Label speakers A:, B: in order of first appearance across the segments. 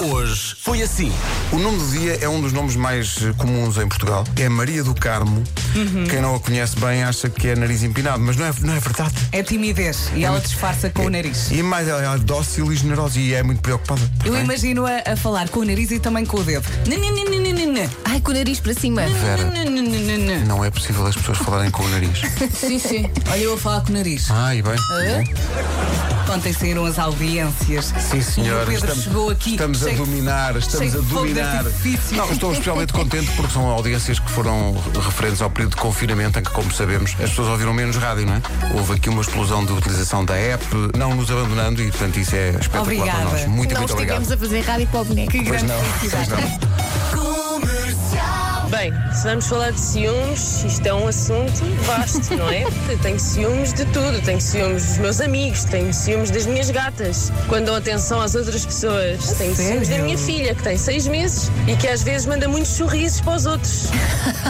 A: Hoje foi assim.
B: O nome do dia é um dos nomes mais eh, comuns em Portugal. É Maria do Carmo. Quem não a conhece bem acha que é nariz empinado, mas não é, não é verdade.
C: É timidez e ela disfarça com o nariz.
B: E mais, ela é dócil e generosa e é muito preocupada. Tá
C: Eu
B: bem?
C: imagino-a a falar com o nariz e também com o dedo. Nananana.
D: Ai, com o nariz para cima.
C: Ah,
B: Vera,
C: Nananana.
B: não é possível as pessoas falarem com o nariz.
C: Sim, sim. Olha, eu a falar com o nariz.
B: Ai, bem.
C: Ah. Ontem saíram as audiências.
B: Sim, senhora.
C: E o Pedro
B: estamos,
C: chegou aqui.
B: Estamos a
C: cheio-
B: dominar, estamos
C: cheio
B: a
C: de fogo de
B: dominar.
C: artifício.
B: Não, estou especialmente contente porque são audiências que foram referentes ao período de confinamento em que, como sabemos, as pessoas ouviram menos rádio, não é? Houve aqui uma explosão de utilização da app, não nos abandonando e, portanto, isso é espetacular para
C: Obrigada.
B: nós. Muito,
D: Não
B: muito
D: estivemos
B: obrigado.
D: a fazer rádio para o boneco.
C: Que
B: Pois
C: grande
B: não,
C: felicidade.
B: pois não.
E: Bem, se vamos falar de ciúmes, isto é um assunto vasto, não é? Eu tenho ciúmes de tudo. Tenho ciúmes dos meus amigos, tenho ciúmes das minhas gatas, quando dão atenção às outras pessoas. tenho ciúmes da
C: sério?
E: minha filha, que tem seis meses e que às vezes manda muitos sorrisos para os outros.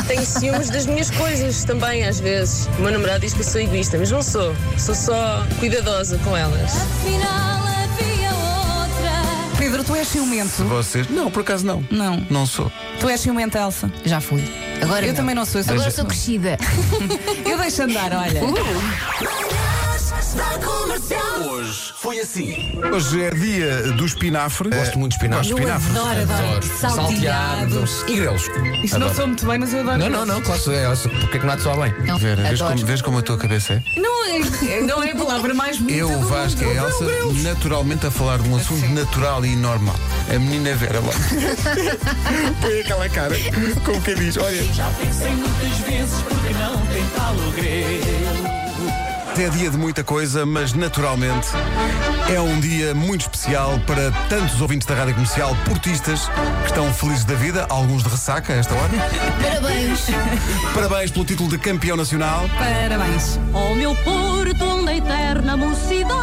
E: tenho ciúmes das minhas coisas também, às vezes. O meu namorado diz que eu sou egoísta, mas não sou. Sou só cuidadosa com elas.
F: Afinal havia outra.
C: Pedro, tu és ciumento.
B: Vocês? Não, por acaso não.
C: Não.
B: Não sou.
C: Tu és ciumento, Elsa.
D: Já fui. Agora
C: Eu também não sou. eu sou-
D: Agora sou crescida.
C: Eu deixo andar, olha.
F: Manhãs da comercial.
A: Hoje foi assim.
B: Hoje é dia do espinafre.
G: Gosto muito de espinafre.
B: Gosto de espinafre.
C: Adoro, adoro. Salteados.
G: E grelos.
C: Isto não sou muito bem, mas eu adoro.
G: Não, não, não, claro, é, olha, porque é que não há de soar bem?
B: Vera, vês
D: Adoro.
B: como, vês como a tua cabeça é?
C: Não é, não é a palavra mais bonita.
B: Eu,
C: do
B: Vasco e
C: mundo.
B: a Elsa, naturalmente a falar de um assunto natural e normal. A menina é Vera lá. Põe aquela cara, como quem diz, olha. Já pensei muitas vezes porque não tem É dia de muita coisa, mas naturalmente é um dia muito especial para tantos ouvintes da Rádio Comercial, portistas, que estão felizes da vida, alguns de ressaca a esta hora.
D: Parabéns.
B: Parabéns pelo título de campeão nacional.
C: Parabéns.
F: Ó meu Porto, onde a eterna mocidade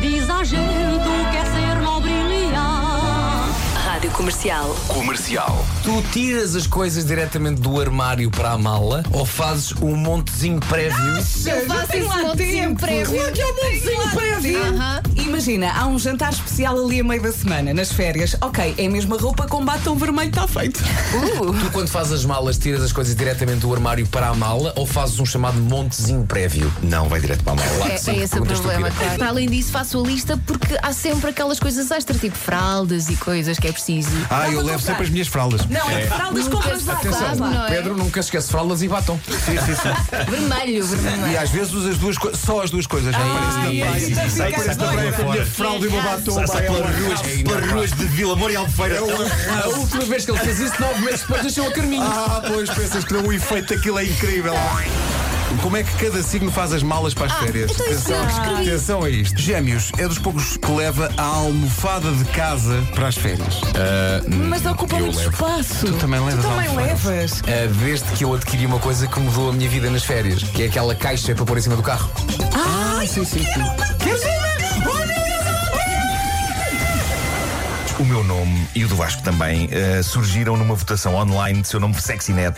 F: diz à gente o que é ser nobre e leal.
H: Rádio Comercial.
A: Comercial.
G: Tu tiras as coisas diretamente do armário para a mala ou fazes um montezinho prévio?
D: Eu faço
C: Tem
D: esse
C: lá
D: montezinho
C: tempo.
D: prévio.
C: Claro que é um montezinho prévio.
D: Aham.
C: Imagina, há um jantar especial ali a meio da semana, nas férias. Ok, é a mesma roupa com batom vermelho, está feito.
G: Tu, quando fazes as malas, tiras as coisas diretamente do armário para a mala ou fazes um chamado montezinho prévio? Não, vai direto para a mala. Lá
D: É,
G: que sim,
D: é esse o
G: pergunta
D: problema.
G: estúpida.
D: Para além disso, faço a lista porque há sempre aquelas coisas extra, tipo fraldas e coisas que é preciso.
B: Ah, eu
C: vou
B: levo
C: comprar.
B: sempre as minhas fraldas.
C: Não, é fraldas com bazar.
D: Claro, não é?
G: Pedro nunca se esquece fraldas e batom.
D: Vermelho, vermelho.
B: E às vezes usa as duas coisas, só as duas coisas. já parece também. fralda e o meu batom. vai ela.
G: Para ruas de Vila Moura e
B: É
G: Albufeira.
B: um
G: A última vez que ele fez isso, nove meses depois, deixou a Carminho.
B: Ah, pois pensas que não, o efeito daquilo é incrível. Como é que cada signo faz as malas para as férias?
D: então isso não
B: atenção,
D: escrevi.
B: atenção a isto. Gêmeos é dos poucos que leva a almofada de casa para as férias.
C: Mas ocupa muito espaço. Tu
B: também levas
C: também
B: almofadas.
C: levas.
G: Uh, desde que eu adquiri uma coisa que mudou a minha vida nas férias, que é aquela caixa para pôr em cima do carro.
B: Ah, sim, sim, sim.
I: O meu nome e o do Vasco também eh, surgiram numa votação online de seu nome SexyNet,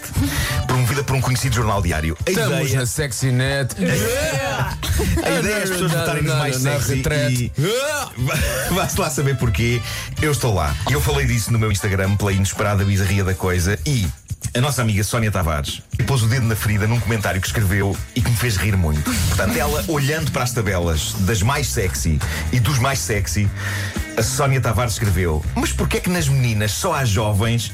I: promovida por um conhecido jornal diário. A
G: Estamos
I: ideia,
G: na sexy net.
I: a ideia é as pessoas votarem nos mais sexy e vá-se lá saber porquê. Eu estou lá. Eu falei disso no meu Instagram pela inesperada bizarria da coisa e a nossa amiga Sónia Tavares pôs o dedo na ferida num comentário que escreveu e que me fez rir muito. Portanto, ela olhando para as tabelas das mais sexy e dos mais sexy, a Sónia Tavares escreveu: Mas porquê é que nas meninas só há jovens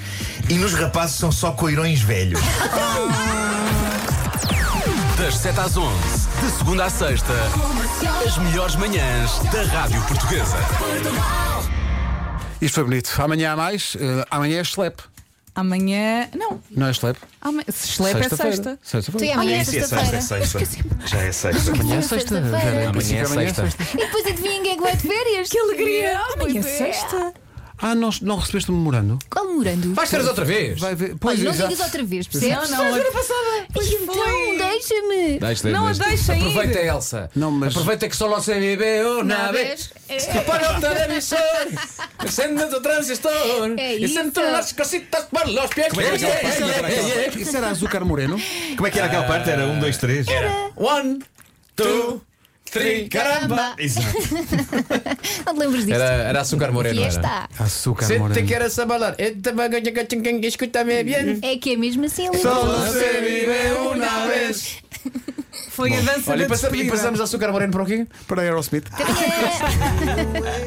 I: e nos rapazes são só coirões velhos?
A: Das 7 às 11, de segunda à sexta, as melhores manhãs da Rádio Portuguesa.
B: Isto foi bonito. Amanhã há mais. Eh, amanhã é schlep.
C: Amanhã. Não,
B: Não é schlep?
C: amanhã. Se schlepa é
B: Sexta-feira.
C: sexta.
D: Então é
B: Sexta-feira.
D: amanhã,
I: Ah,
D: é
I: isso é sexta, é
D: sexta-feira.
I: sexta.
D: Esqueci-me.
I: Já é sexta.
D: Amanhã é
G: Amanhã
D: sexta-feira.
G: é sexta.
D: E depois adivinha quem é que vai de férias? Ah, Que
C: alegria. Amanhã é
D: sexta.
B: Ah, não, não recebeste o memorando?
D: Qual morando?
G: Vais férias outra vez?
B: Vai ver.
D: Olha,
B: Pois
D: não
B: exato.
D: digas outra vez, percebes?
C: Não, não,
D: passada. Então, deixa-me.
C: Não a deixa ir.
G: Aproveita, Elsa.
B: Não, mas-
G: Aproveita que só você bebeu
D: Uma
G: uma vez.
D: vez.
G: Se para o televisor, acende o transistor.
D: É
G: E
D: isso.
G: sente as cositas para os pés.
I: Como é que é aquela parte? Como é que é aquela
B: Isso era açúcar moreno?
I: Como é que era aquela parte? Era um, dois, três? Era.
G: One, two, Tri, caramba! Exato.
D: Não te lembras disso?
G: Era, era açúcar moreno.
D: e
G: Era.
D: esta?
B: Açúcar
G: Se te
B: moreno.
G: quieres abalar, escúchame bien.
D: É que é mesmo assim, Luís.
G: Solo se vive una vez.
C: Foi a dança
G: Olha, e
C: da
G: passa- e
C: despedida.
G: passamos açúcar moreno para o quê?
B: Para Aerosmith.
D: Também é.